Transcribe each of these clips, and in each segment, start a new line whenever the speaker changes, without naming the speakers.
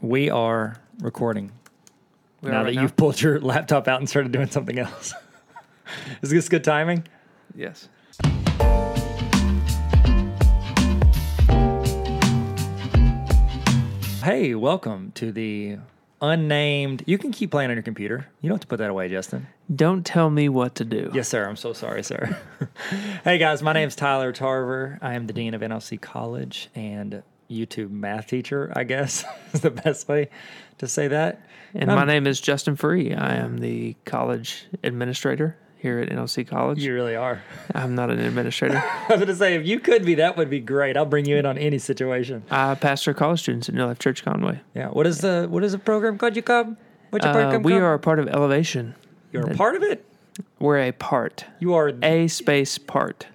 We are recording.
We are
now
right
that you've pulled your laptop out and started doing something else. Is this good timing?
Yes.
Hey, welcome to the unnamed. You can keep playing on your computer. You don't have to put that away, Justin.
Don't tell me what to do.
Yes, sir. I'm so sorry, sir. hey, guys. My name's Tyler Tarver. I am the Dean of NLC College and YouTube math teacher, I guess is the best way to say that.
And my name is Justin Free. I am the college administrator here at NLC College.
You really are.
I'm not an administrator.
I was going to say, if you could be, that would be great. I'll bring you in on any situation.
I pastor college students at New Life Church Conway.
Yeah. What is the what is the program called? You come? What's your
Uh,
program
we
called?
are a part of Elevation.
You're a part of it.
We're a part,
You are. A-
a space part.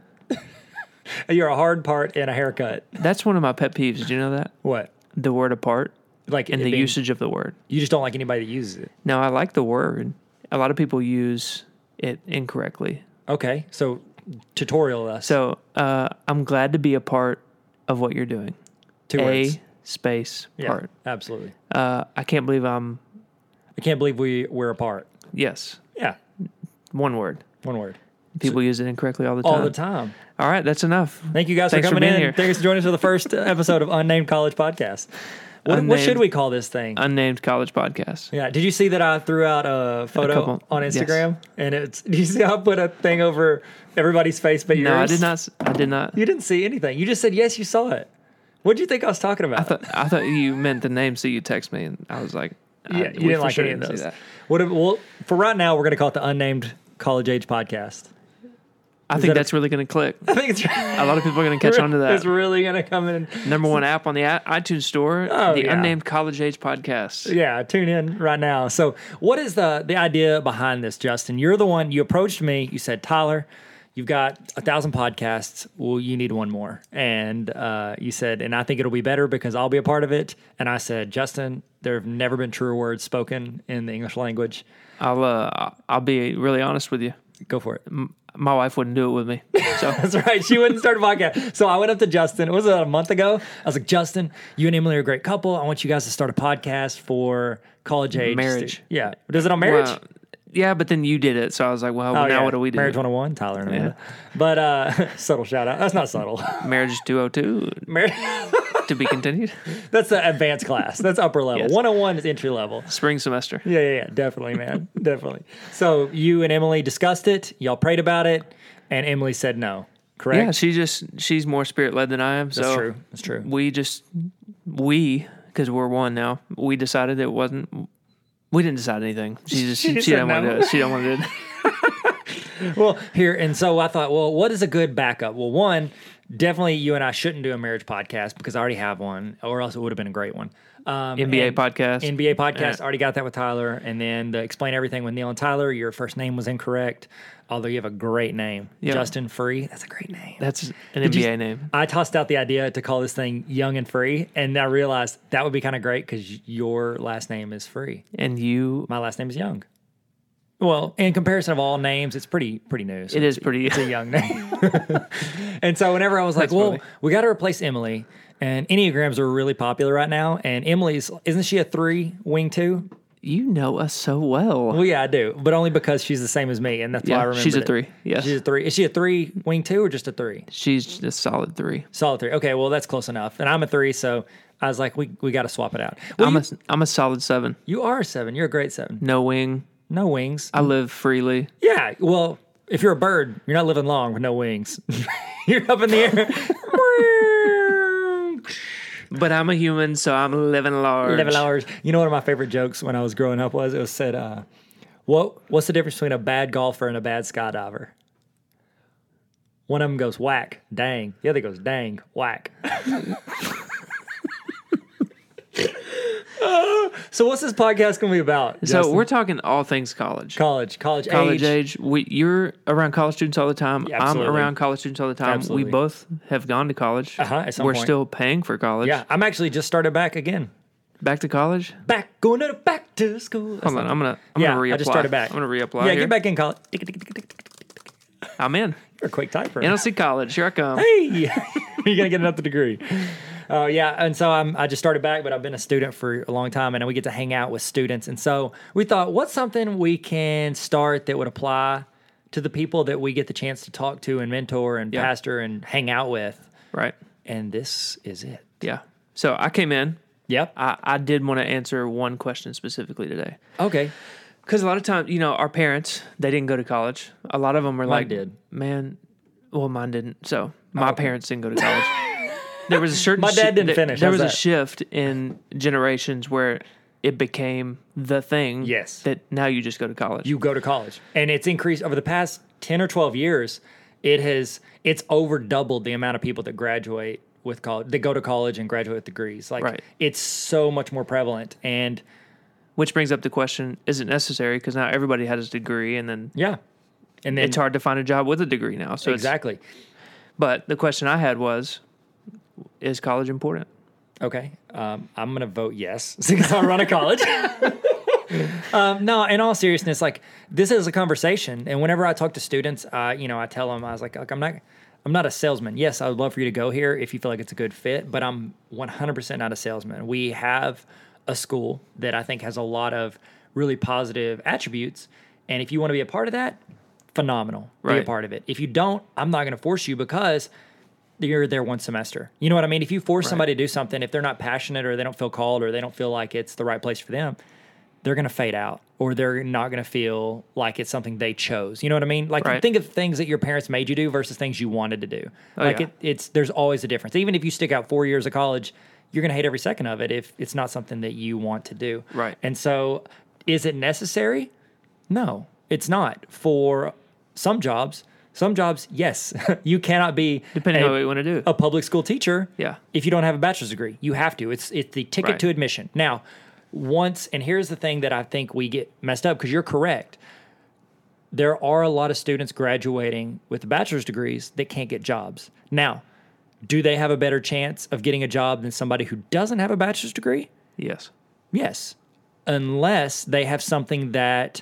you're a hard part and a haircut.
That's one of my pet peeves. Did you know that?
What?
The word apart
Like
and
it
the
being-
usage of the word.
You just don't like anybody that uses it.
Now, I like the word. A lot of people use it incorrectly.
Okay. So tutorial us.
So uh, I'm glad to be a part of what you're doing.
two
a
words.
space
Yeah,
part.
Absolutely.
Uh, I can't believe I'm
I can't believe we we're apart.
yes
Yeah.
one word.
One word.
People use it incorrectly all the time.
All the time.
All right, that's enough.
Thank you guys
Thanks
for
for
coming
being
in.
here.
Thanks for joining us for the first uh, episode of Unnamed College Podcast. What, what should
Unnamed-
we call this thing?
Unnamed college podcast.
Yeah. Did you see that I threw out a photo
couple-
on
yes.
Instagram? And it's do you see how I put a thing over everybody's face but yours?
No, I did not. s- I did not.
You didn't see anything. You just said yes, you saw it. What do you think I was talking about?
I thought, I thought you meant the names that you text me, and I was like, I-
yeah,
we
you didn't
for
like
sure
any of
didn't see
those. What if, well, for right now, we're going to call it the unnamed college age podcast.
I think
that a-
that's really going to click.
I think it's
A lot of people are going to catch on to that.
It's really going to come in.
Number one app on the i- iTunes store,
Oh,
the
yeah.
Unnamed College Age Podcast.
Yeah, tune in right now. So, what is the the idea behind this, Justin? You're the one. You approached me. You said, Tyler, you've got a thousand podcasts. Well, you need one more. And uh, you said, and I think it'll be better because I'll be a part of it. And I said, Justin, there have never been truer words spoken in the English language.
I'll uh, I'll be really honest with you.
Go for it.
My wife wouldn't do it with me. So
That's right. She wouldn't start a podcast. So I went up to Justin. It was about a month ago. I was like, Justin, you and Emily are a great couple. I want you guys to start a podcast for college age
Marriage.
stu- Yeah. Is it on marriage?
Well, yeah, but then you did it, so I was like, well,
Oh,
now
yeah.
what do we do?
Marriage 101, Tyler and Amanda. But uh, subtle shout out. That's not subtle.
Marriage 202
Marriage.
to be continued.
That's the advanced class. That's upper level.
Yes.
101 is entry level.
Spring semester.
Yeah, yeah, yeah. Definitely, man. definitely. So you and Emily discussed it. Y'all prayed about it. And Emily said no. Correct?
Yeah, she just she's more spirit led than I am. So
That's true. That's true.
we just we because we're one now. We decided it wasn't. We didn't decide anything. She just she,
just said
didn't want
no.
to do it. She don't want to do it.
Well, here and so I thought, well, what is a good backup? Well, one, definitely you and I shouldn't do a marriage podcast because I already have one, or else it would have been a great one. Um,
NBA
and-
podcast.
NBA podcast already got that with Tyler, and then the explain everything with Neil and Tyler. Your first name was incorrect, although you have a great name,
Yeah.
Justin Free. That's a great name.
That's an
Did you-
NBA name.
I tossed out the idea to call this thing Young and Free, and I realized that would be kind of great because your last name is Free.
And you,
My last name is Young. Well, in comparison of all names, it's pretty pretty new. So
it is pretty.
a young name. and so whenever I was like,
That's
well,
funny.
we got to replace Emily, and Enneagrams are really popular right now. And Emily's, isn't she a three wing two?
You know us so well.
Well, yeah, I do, but only because she's the same as me. And that's why I
Yeah,
remember.
she's a
it.
three. Yes,
She's a three. Is she a three wing two or just a three?
she's a solid three.
Solid three. Okay, well, that's close enough. And I'm a three, so I was like, we, we got to swap it out. Well,
I'm
you,
a I'm a solid seven.
you are a seven. You're a great seven.
No wing.
No wings.
I live freely.
Yeah. Well, if you're a bird, you're not living long with no wings. you're up in the air.
But I'm a human, so I'm living large.
Eleven hours. You know, one of my favorite jokes when I was growing up was it was said, uh, "What what's the difference between a bad golfer and a bad skydiver?" One of them goes whack, dang. The other goes dang, whack. so, what's this podcast going to be about?
So
Justin?
we're talking all things college.
college, college,
College
age.
age. We, you're around college students all the time.
Yeah,
I'm
absolutely.
around college students all the time.
Absolutely.
We both have gone to college.
Uh-huh, at some
We're
point.
still paying for college.
Yeah, I'm actually just started back again.
Back to college.
Back going to back to school.
Hold on. I'm gonna. I'm
yeah,
gonna reapply.
I just started back.
I'm gonna reapply.
Yeah,
here.
get back in college.
I'm in.
You're a quick typer.
NLC college. Here I come.
hey, you're gonna get another degree. Oh yeah, and so I'm, I just started back, but I've been a student for a long time, and we get to hang out with students. And so we thought, what's something we can start that would apply to the people that we get the chance to talk to and mentor and pastor and hang out with?
Right.
And this is it.
Yeah. So I came in.
Yep.
I, I did want to answer one question specifically today.
Okay.
Because a lot of times, you know, our parents, they didn't go to college. A lot of them were like,
did. Oh,
man, well, mine didn't. So my parents didn't go to college. there was a certain
My dad
shi-
didn't
there-
finish.
There
How's
was a
that?
shift in generations where it became the thing.
Yes.
That now you just go to college.
You go to college, and it's increased over the past ten or twelve years. It has it's over doubled the amount of people that graduate with college that go to college and graduate with degrees. Like
Right.
it's so much more prevalent and.
Which brings up the question is it necessary? Because now everybody has a degree and then
Yeah. And then
it's hard to find a job with a degree now. So exactly.
exactly.
But the question I had was is college important?
Okay. Um, I'm going to vote yes because I run a college. um, no, in all seriousness, like this is a conversation. And whenever I talk to students, I, you know, I tell them, I was like, look, I'm not, I'm not a salesman. Yes, I would love for you to go here if you feel like it's a good fit, but I'm 100% not a salesman. We have a school that I think has a lot of really positive attributes. And if you want to be a part of that, phenomenal. Be a
Right.
part of it. If you don't, I'm not going to force you because you're there one semester. You know what I mean? If you force somebody to do something, if they're not passionate or they don't feel called or they don't feel like it's the right place for them, they're going to fade out or they're not going to feel like it's something they chose. You know what I mean? Like
Right.
think of things that your parents made you do versus things you wanted to do. like
Oh, yeah.
it, it's there's always a difference. Even if you stick out 4 years of college, you're going to hate every second of it if it's not something that you want to do.
Right.
And so is it necessary? No, it's not for some jobs. Some jobs, yes, you cannot be
Depending
a-
on what you want to do.
a public school teacher
Yeah.
if you don't have a bachelor's degree you have to it's it's the ticket
Right.
to admission now once and here's the thing that i think we get messed up because you're correct there are a lot of students graduating with bachelor's degrees that can't get jobs now do they have a better chance of getting a job than somebody who doesn't have a bachelor's degree
Yes.
Yes, unless they have something that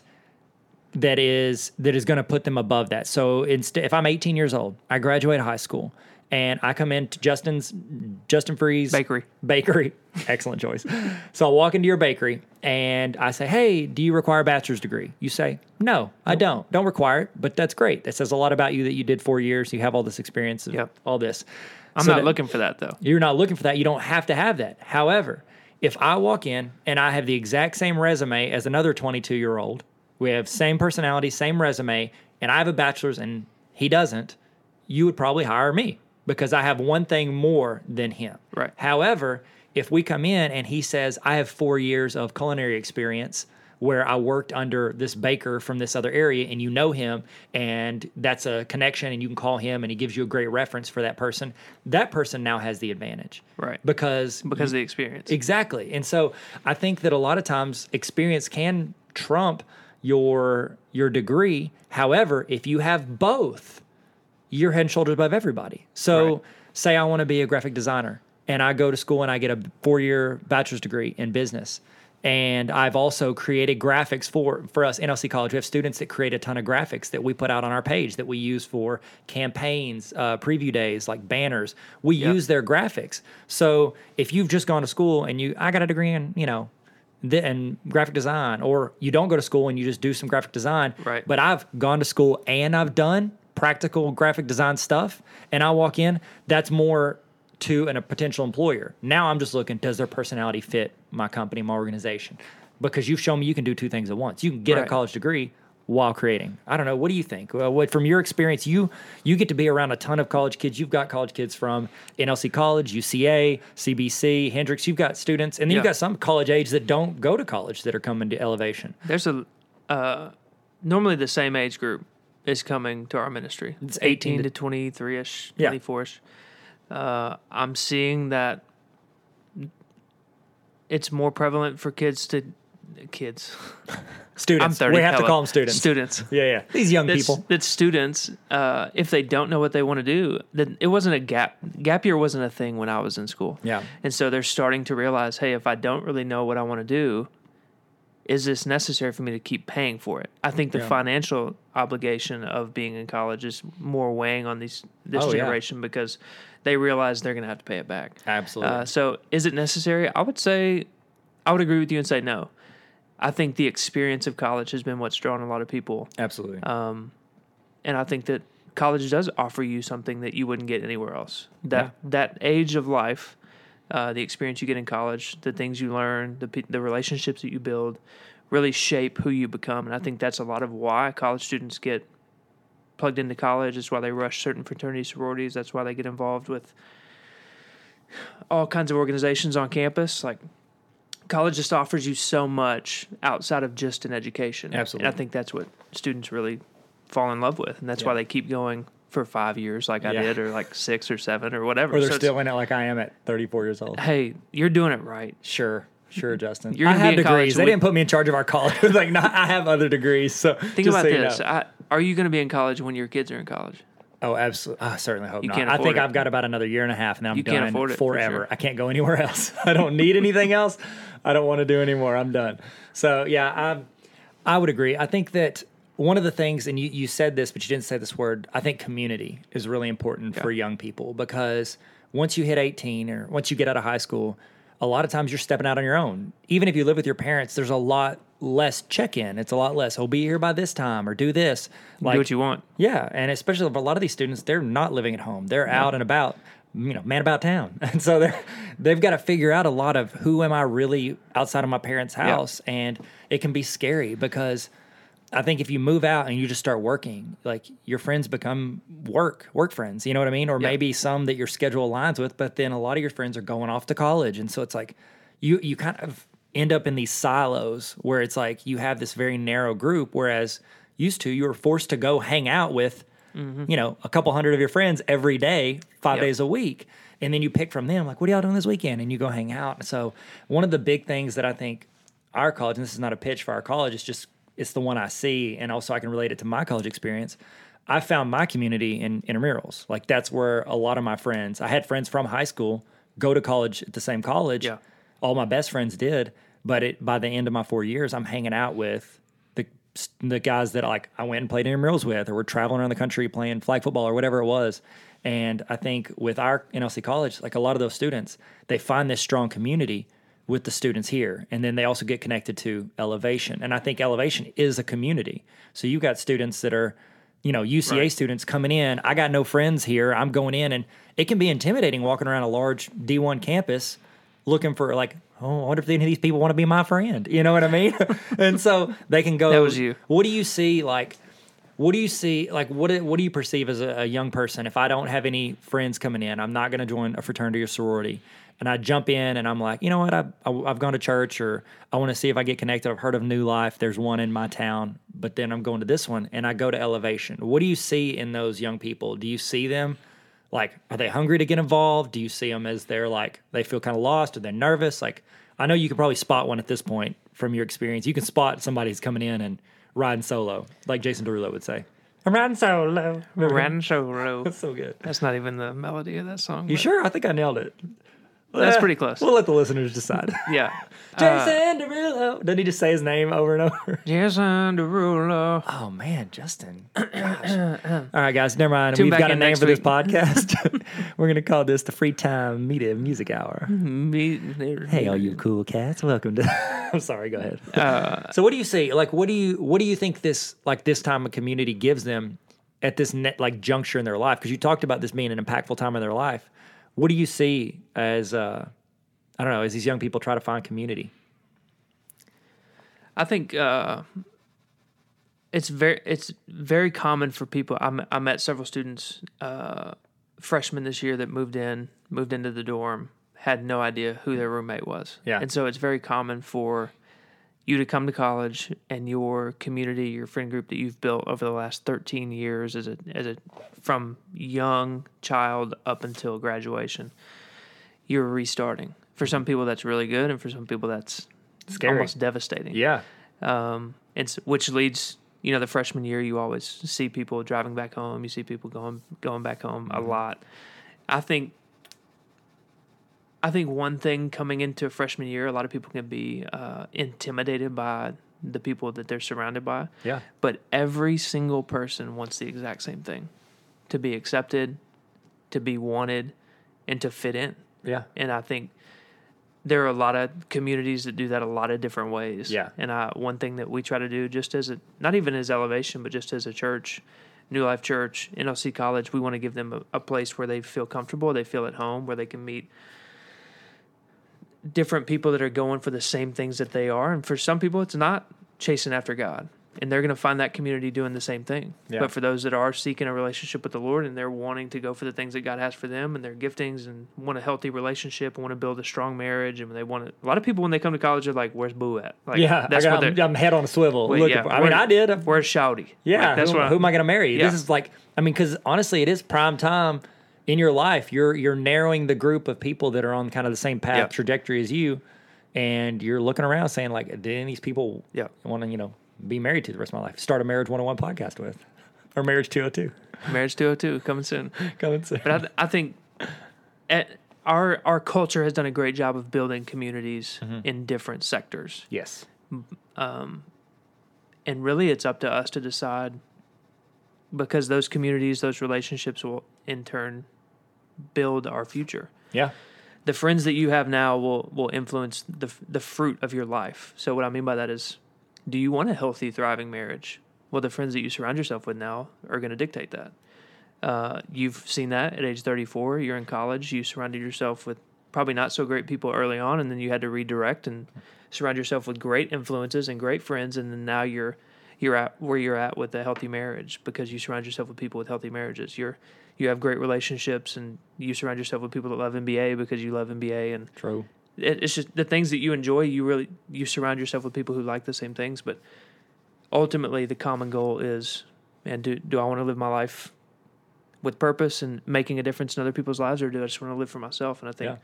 that is that is going to put them above that. So instead, if I'm 18 years old, I graduate high school, and I come into Justin's Justin Freeze
Bakery.
bakery. Excellent choice. So I walk into your bakery and I say, Hey, do you require a bachelor's degree? You say, No, I don't. Don't require it, but that's great. That says a lot about you that you did four years. You have all this experience of
Yep.
all this.
I'm
So
not
that-
looking for that though.
you're not looking for that. You don't have to have that. However, if I walk in and I have the exact same resume as another 22 year old, we have same personality, same resume, and I have a bachelor's and he doesn't, you would probably hire me because I have one thing more than him.
Right.
However, if we come in and he says, I have four years of culinary experience where I worked under this baker from this other area and you know him and that's a connection and you can call him and he gives you a great reference for that person, that person now has the advantage.
Right.
Because
Because of the experience.
Exactly. And so I think that a lot of times experience can trump your your degree. However, if you have both, you're head and shoulders above everybody. So
Right.
say I want to be a graphic designer and I go to school and I get a four-year bachelor's degree in business. And I've also created graphics for for us NLC College. We have students that create a ton of graphics that we put out on our page that we use for campaigns, uh, preview days, like banners. We use their graphics. So if you've just gone to school and you, I got a degree in you know, th- and graphic design, or you don't go to school and you just do some graphic design.
Right.
But I've gone to school and I've done practical graphic design stuff, and I walk in, that's more to an, a potential employer. Now I'm just looking, does their personality fit my company, my organization? Because you've shown me you can do two things at once. You can get a
Right.
college degree while creating. I don't know. What do you think? Well, what, from your experience, you you get to be around a ton of college kids. You've got college kids from NLC College, UCA, CBC, Hendrix. You've got students, and then you've
Yeah.
got some college age that don't go to college that are coming to Elevation.
There's a uh, normally the same age group is coming to our ministry. It's
18
18
to-
to 23 ish,
Yeah.
24 ish. Uh, I'm seeing that it's more prevalent for kids to kids.
Students.
I'm 30.
We have to
hella.
call them students.
Students.
Yeah, yeah. These young
That's,
people.
that students, uh, if they don't know what they want to do, then it wasn't a gap. Gap year wasn't a thing when I was in school.
Yeah.
And so they're starting to realize, hey, if I don't really know what I want to do, is this necessary for me to keep paying for it? I think the
Yeah.
financial obligation of being in college is more weighing on these this
Oh, yeah.
generation because they realize they're going to have to pay it back.
Absolutely.
Uh, so, is it necessary? I would say, I would agree with you and say no. I think the experience of college has been what's drawn a lot of people,
Absolutely.
Um, and I think that college does offer you something that you wouldn't get anywhere else. That that age of life, uh, the experience you get in college, the things you learn, the pe- the relationships that you build, really shape who you become. And I think that's a lot of why college students get plugged into college. It's why they rush certain fraternity sororities. That's why they get involved with all kinds of organizations on campus. Like college just offers you so much outside of just an education.
Absolutely.
And I think that's what students really fall in love with. And that's why
Yeah.
they keep going for five years like I
Yeah.
did or like six or seven or whatever.
or they're
So it's-
still in it like I am at 34 years old.
Hey, you're doing it right.
Sure. Sure, Justin.
You're
I
gonna be
had
in college
degrees. They
with-
didn't put me in charge of our college. like, no, I have other degrees. So
Think
just
about
so you
this.
know.
I, are you going to be in college when your kids are in college?
Oh, absolutely. I certainly hope not.
can't
I think
afford it.
I've got about another year and a half, and I'm
You
done
can't afford it, for
forever.
sure.
I can't go anywhere else. I don't need anything else. I don't want to do anymore. I'm done. So yeah, I I would agree. I think that one of the things, and you you said this, but you didn't say this word. I think community is really important for young people because once you hit 18 or once you get out of high school, a lot of times you're stepping out on your own. Even if you live with your parents, there's a lot less check in. It's a lot less. Oh, be here by this time or do this. Like
Do what you want.
yeah, and especially for a lot of these students, they're not living at home. They're out and about, you know, man about town, and so they're they've got to figure out a lot of who am I really outside of my parents' house, and it can be scary because I think if you move out and you just start working, like your friends become work work friends, you know what I mean, or maybe some that your schedule aligns with, but then a lot of your friends are going off to college, and so it's like you you kind of end up in these silos where it's like you have this very narrow group whereas used to you were forced to go hang out with you know a couple hundred of your friends every day five
Mm-hmm. Yep.
days a week and then you pick from them like what are y'all doing this weekend and you go hang out so one of the big things that i think our college and this is not a pitch for our college it's just it's the one i see and also i can relate it to my college experience i found my community in intramurals like that's where a lot of my friends i had friends from high school go to college at the same college
Yeah.
all my best friends did. But it, by the end of my four years, I'm hanging out with the the guys that like I went and played intramurals with, or we're traveling around the country playing flag football or whatever it was. And I think with our NLC college, like a lot of those students, they find this strong community with the students here, and then they also get connected to Elevation. And I think Elevation is a community. So you've got students that are you know UCA students coming in. I got no friends here. I'm going in, and it can be intimidating walking around a large D1 campus looking for like, oh, I wonder if any of these people want to be my friend. You know what I mean? and so they can go.
That was you.
What do you see like? What do you see like? What do- what do you perceive as a, a young person? If I don't have any friends coming in, I'm not going to join a fraternity or sorority. And I jump in and I'm like, you know what? I, I, I've gone to church or I want to see if I get connected. I've heard of New Life. There's one in my town, but then I'm going to this one and I go to Elevation. What do you see in those young people? Do you see them like are they hungry to get involved do you see them as they're like they feel kind of lost or they're nervous like i know you could probably spot one at this point from your experience you can spot somebody who's coming in and riding solo like jason derulo would say i'm riding solo Remember him?
Rancho Row.
that's so good
That's not even the melody of that song.
you
but
sure i think i nailed it
That's
Eh,
pretty close.
we'll let the listeners decide
Yeah. Uh,
jason derulo doesn't he just say his name over and over
Jason Derulo.
Oh man, Justin. Gosh. All right, guys, never mind.
Tune
We've
back
got a
in
name
next
for this
week.
podcast. We're gonna call this the Free Time Media Music Hour.
Me,
Hey, all you cool cats, welcome to. I'm sorry. Go ahead.
Uh,
so, what do you see? Like, what do you what do you think this like this time of community gives them at this net like juncture in their life? Because you talked about this being an impactful time in their life. What do you see as uh, I don't know as these young people try to find community?
I think uh, it's very it's very common for people. I met- I met several students uh, freshmen this year that moved in moved into the dorm had no idea who their roommate was.
Yeah.
and so it's very common for you to come to college and your community, your friend group that you've built over the last 13 years as a as a from young child up until graduation. You're restarting. For some people that's really good and for some people that's
Scary.
almost devastating
Yeah.
um, and s- which leads you know the freshman year you always see people driving back home you see people going going back home a lot i think i think one thing coming into freshman year a lot of people can be uh, intimidated by the people that they're surrounded by
Yeah.
but every single person wants the exact same thing to be accepted to be wanted and to fit in.
Yeah.
And I think there are a lot of communities that do that a lot of different ways.
Yeah.
And I, one thing that we try to do, just as a, not even as elevation, but just as a church, New Life Church, NLC College, we want to give them a, a place where they feel comfortable, they feel at home, where they can meet different people that are going for the same things that they are. And for some people, it's not chasing after God. And they're going to find that community doing the same thing.
Yeah.
But for those that are seeking a relationship with the Lord and they're wanting to go for the things that God has for them and their giftings and want a healthy relationship, want to build a strong marriage, and they want to, a lot of people when they come to college are like, "Where's Boo at?" Like,
yeah,
that's
I
what
got,
they're.
I'm, I'm head on a swivel.
wait,
looking
yeah,
for- I mean,
where-
I did. I've-
Where's Shouty?
Yeah,
Like, that's
who,
what. I-
who am I going to marry?
Yeah.
This is like, I mean, because honestly, it is prime time in your life. You're you're narrowing the group of people that are on kind of the same path
Yeah.
trajectory as you, and you're looking around saying like, did any of these people
Yeah.
want to you know be married to the rest of my life? Start a marriage 101 podcast with, or marriage 202
marriage 202 coming soon.
coming soon.
But I, th- I think at, our our culture has done a great job of building communities
Mm-hmm.
in different sectors,
yes,
and really it's up to us to decide because those communities, those relationships will in turn build our future.
yeah,
The friends that you have now will will influence the f- the fruit of your life. So what I mean by that is, do you want a healthy, thriving marriage? Well, the friends that you surround yourself with now are going to dictate that. Uh, you've seen that at age 34. You're in college. You surrounded yourself with probably not so great people early on, and then you had to redirect and surround yourself with great influences and great friends, and then now you're you're at where you're at with a healthy marriage because you surround yourself with people with healthy marriages. You're you have great relationships, and you surround yourself with people that love NBA because you love NBA, and
true.
it, it's just the things that you enjoy. You really you surround yourself with people who like the same things, but ultimately the common goal is, man, do do I want to live my life with purpose and making a difference in other people's lives, or do I just want to live for myself? And I think
Yeah.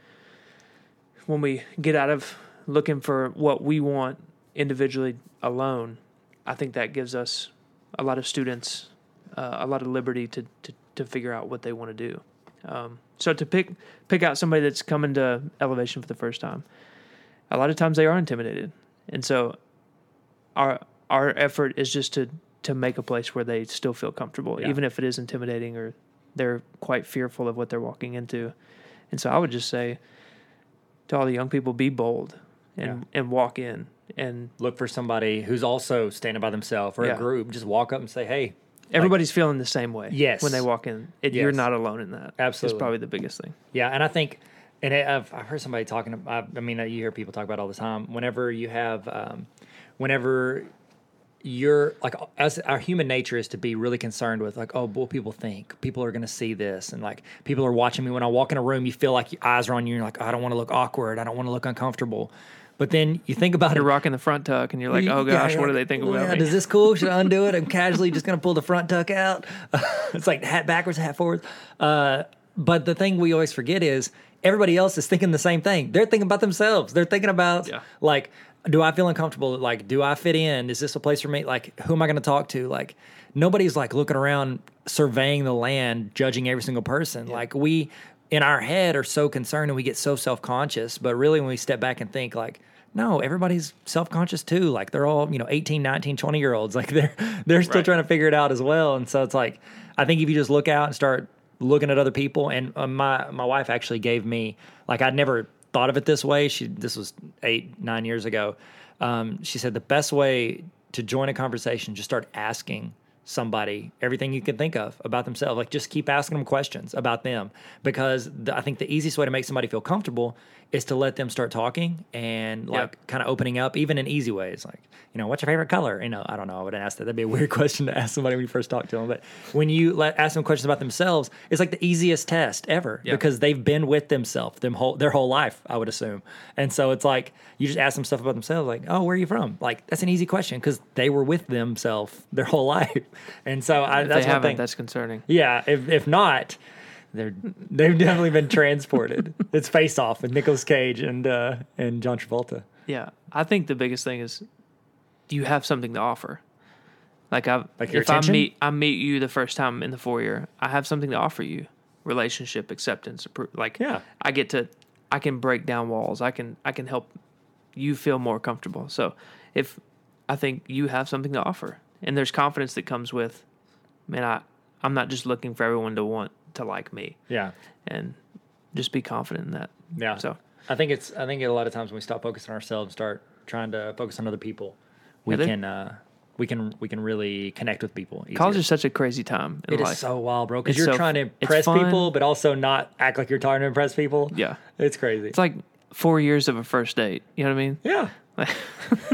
when we get out of looking for what we want individually alone, I think that gives us a lot of students uh, a lot of liberty to, to, to figure out what they want to do. Um, so to pick pick out somebody that's coming to elevation for the first time, a lot of times they are intimidated, and so our our effort is just to to make a place where they still feel comfortable,
Yeah.
even if it is intimidating or they're quite fearful of what they're walking into. And so I would just say to all the young people, be bold and and walk in and
Look for somebody who's also standing by themselves or
Yeah.
a group. Just walk up and say, hey,
everybody's feeling the same way.
Yes.
when they walk in, it, you're
Yes.
not alone in that.
Absolutely.
it's probably the biggest thing.
Yeah, and I think, and I- I've, I've heard somebody talking. I, I mean, you hear people talk about it all the time. Whenever you have, um, whenever you're like, as our human nature is to be really concerned with, like, oh, what will people think? People are going to see this, and like, people are watching me when I walk in a room. You feel like your eyes are on you. And you're like, "Oh, I don't want to look awkward. I don't want to look uncomfortable. But then you think about it.
you're rocking the front tuck and you're like,
You-
oh
yeah,
gosh,
you're
what do they
like,
think
"Yeah,
about
Is
me?
this cool? Should I undo it? I'm casually just going to pull the front tuck out. it's like hat backwards, hat forwards. Uh, but the thing we always forget is everybody else is thinking the same thing. They're thinking about themselves. They're thinking about
Yeah.
like, do I feel uncomfortable? Like, do I fit in? Is this a place for me? Like, who am I going to talk to? Like, nobody's like looking around, surveying the land, judging every single person. Like, we in our head are so concerned and we get so self conscious. But really, when we step back and think, like, no, everybody's self conscious too. Like, they're all, you know, 18, 19, 20 year olds. Like, they're, they're still
Right.
trying to figure it out as well. And so it's like, I think if you just look out and start looking at other people, and uh, my my wife actually gave me like I'd never thought of it this way. She this was eight nine years ago. Um, she said the best way to join a conversation, just start asking somebody everything you can think of about themselves. Like just keep asking them questions about them because the, I think the easiest way to make somebody feel comfortable is to let them start talking and
Yeah.
like kind of opening up, even in easy ways. Like, you know, what's your favorite color? You know, I don't know. I wouldn't ask that. That'd be a weird question to ask somebody when you first talk to them. But when you let, ask them questions about themselves, it's like the easiest test ever
Yeah.
because they've been with themselves them whole, their whole life, I would assume. And so it's like you just ask them stuff about themselves, like, oh, where are you from? Like, that's an easy question because they were with themselves their whole life. And so I,
If they
that's one
haven't.
thing.
That's concerning.
Yeah, if if not, they're they've definitely been transported. it's Face Off with Nicolas Cage and uh, and John Travolta.
Yeah, I think the biggest thing is you have something to offer. Like I,
Like your
if I
attention?
meet I meet you the first time in the foyer, I have something to offer you: relationship, acceptance, appro- like
Yeah.
I get to, I can break down walls. I can I can help you feel more comfortable. So if I think you have something to offer, and there's confidence that comes with, man, I I'm not just looking for everyone to want to like me.
Yeah,
and just be confident in that.
Yeah.
So
I think it's I think a lot of times when we stop focusing on ourselves and start trying to focus on other people, we
Yeah, there-
can uh, we can we can really connect with people. Easier.
college is such a crazy time in
It
life.
is so wild, bro. Because
It's
you're
so-
trying to
it's
impress
fun.
people, but also not act like you're trying to impress people.
yeah.
It's crazy.
It's like four years of a first date. You know what I mean?
yeah.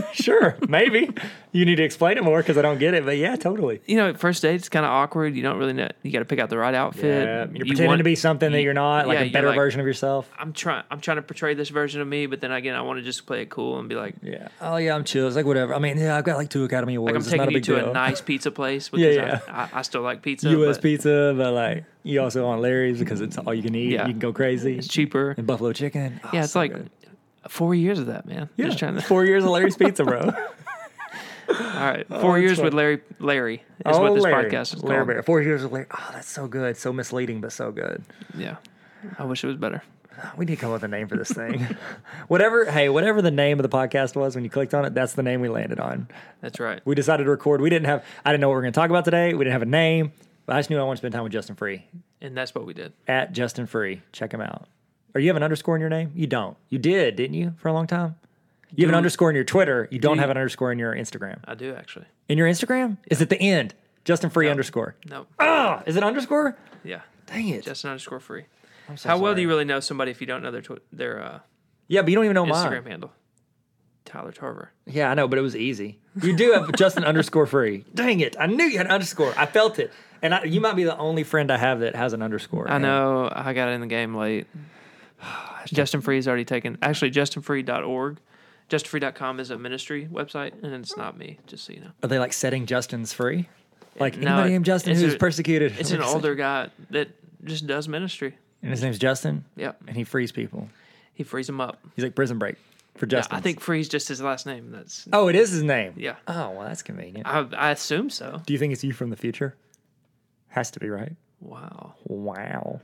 sure. Maybe you need to explain it more because I don't get it. But yeah, totally.
You know, at first date, it's kind of awkward. You don't really know. You got to pick out the right outfit.
Yeah. You're
You
pretending
want-
to be something that
you-
you're not, like
yeah,
a
you're
better
like-
version of yourself.
I'm trying. I'm trying to portray this version of me, but then again, I want to just play it cool and be like,
Yeah. Oh yeah, I'm chill. It's like whatever. I mean, yeah, I've got like two Academy Awards.
like I'm
it's not
taking
a
you
big
to
deal.
a nice pizza place
Yeah,
because
yeah.
I, I, I still like pizza.
U.S.
but
pizza, but like you also want Larry's because it's all you can eat.
Yeah.
You can go crazy.
It's cheaper.
And buffalo chicken. Oh,
Yeah, it's
so
like
good.
four years of that, man.
yeah.
Just trying to.
four years of Larry's pizza, bro.
All right, four
Oh, that's
years with
fun.
Larry. Larry is
oh,
what this
Larry.
podcast is
Larry
called.
Bear. Four years of Larry. Oh, that's so good. So misleading, but so good.
Yeah, I wish it was better.
We need to come up with a name for this thing. whatever. Hey, whatever the name of the podcast was when you clicked on it, that's the name we landed on.
That's right.
We decided to record. We didn't have. I didn't know what we were going to talk about today. We didn't have a name. But I just knew I wanted to spend time with Justin Free.
And that's what we did.
at Justin Free. Check him out. Or you have an underscore in your name? You don't. You did, didn't you, for a long time? You have an
Do-
underscore in your Twitter. You don't
do-
have an underscore in your Instagram.
I do actually.
In your Instagram is at the end. Justin Free underscore.
No.
Ah, is it underscore?
Yeah.
Dang it.
Justin underscore free.
I'm so
How well
sorry.
do you really know somebody if you don't know their tw- their uh,
Yeah, but you don't even know
Instagram
mine.
handle? Tyler Tarver.
Yeah, I know, but it was easy. You do have Justin underscore Free. Dang it! I knew you had an underscore. I felt it. And I, you might be the only friend I have that has an underscore.
I know I got in the game late. Justin Free is already taken. Actually, justinfree.org. Justinfree.com is a ministry website, and it's not me, just so you know.
Are they like setting Justin's free? Like
No,
anybody named Justin
it's
who's
a-
persecuted?
It's an older guy that just does ministry.
And his name's Justin.
Yep.
and he frees people.
He frees them up.
He's like prison break for
Yeah,
Justin.
I think Free's just his last name. That's
Oh, it is his name.
Yeah.
Oh, well, that's convenient.
I, I assume so.
Do you think it's you from the future? Has to be right.
Wow.
Wow.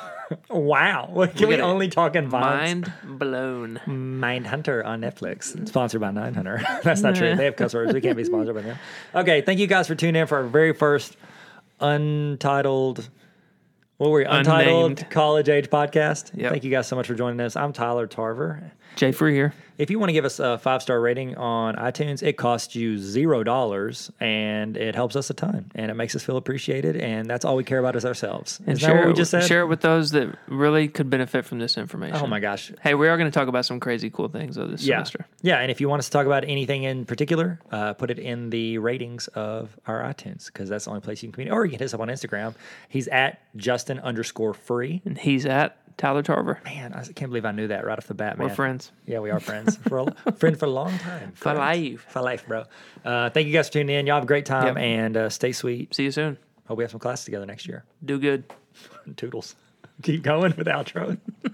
wow. Can we
gotta-
only talk in vines?
Mind blown.
Mind Hunter on Netflix, sponsored by Nine Hunter. that's not true. They have cuss words. We can't be sponsored by them. Okay, thank you guys for tuning in for our very first untitled. What were we? Untitled
Unnamed.
college age podcast.
Yep.
Thank you guys so much for joining us. I'm Tyler Tarver.
Jay Free here.
If you want to give us a five star rating on iTunes, it costs you zero dollars and it helps us a ton and it makes us feel appreciated. And that's all we care about is ourselves. Is that
share
what
it
we
with-
just said?
Share it with those that really could benefit from this information.
Oh my gosh.
Hey, we are going to talk about some crazy cool things though this
Yeah.
semester.
Yeah. And if you want us to talk about anything in particular, uh, put it in the ratings of our iTunes because that's the only place you can communicate. Or you can hit us up on Instagram. He's at Justin underscore free.
And he's at Tyler Tarver.
Man, I can't believe I knew that right off the bat, man.
We're friends.
Yeah, we are friends. For a, friend for a long time.
For life.
For life, bro. Uh, thank you guys for tuning in. Y'all have a great time
Yep.
and uh, stay sweet.
See you soon.
Hope we have some classes together next year.
Do good.
Toodles. Keep going with the outro.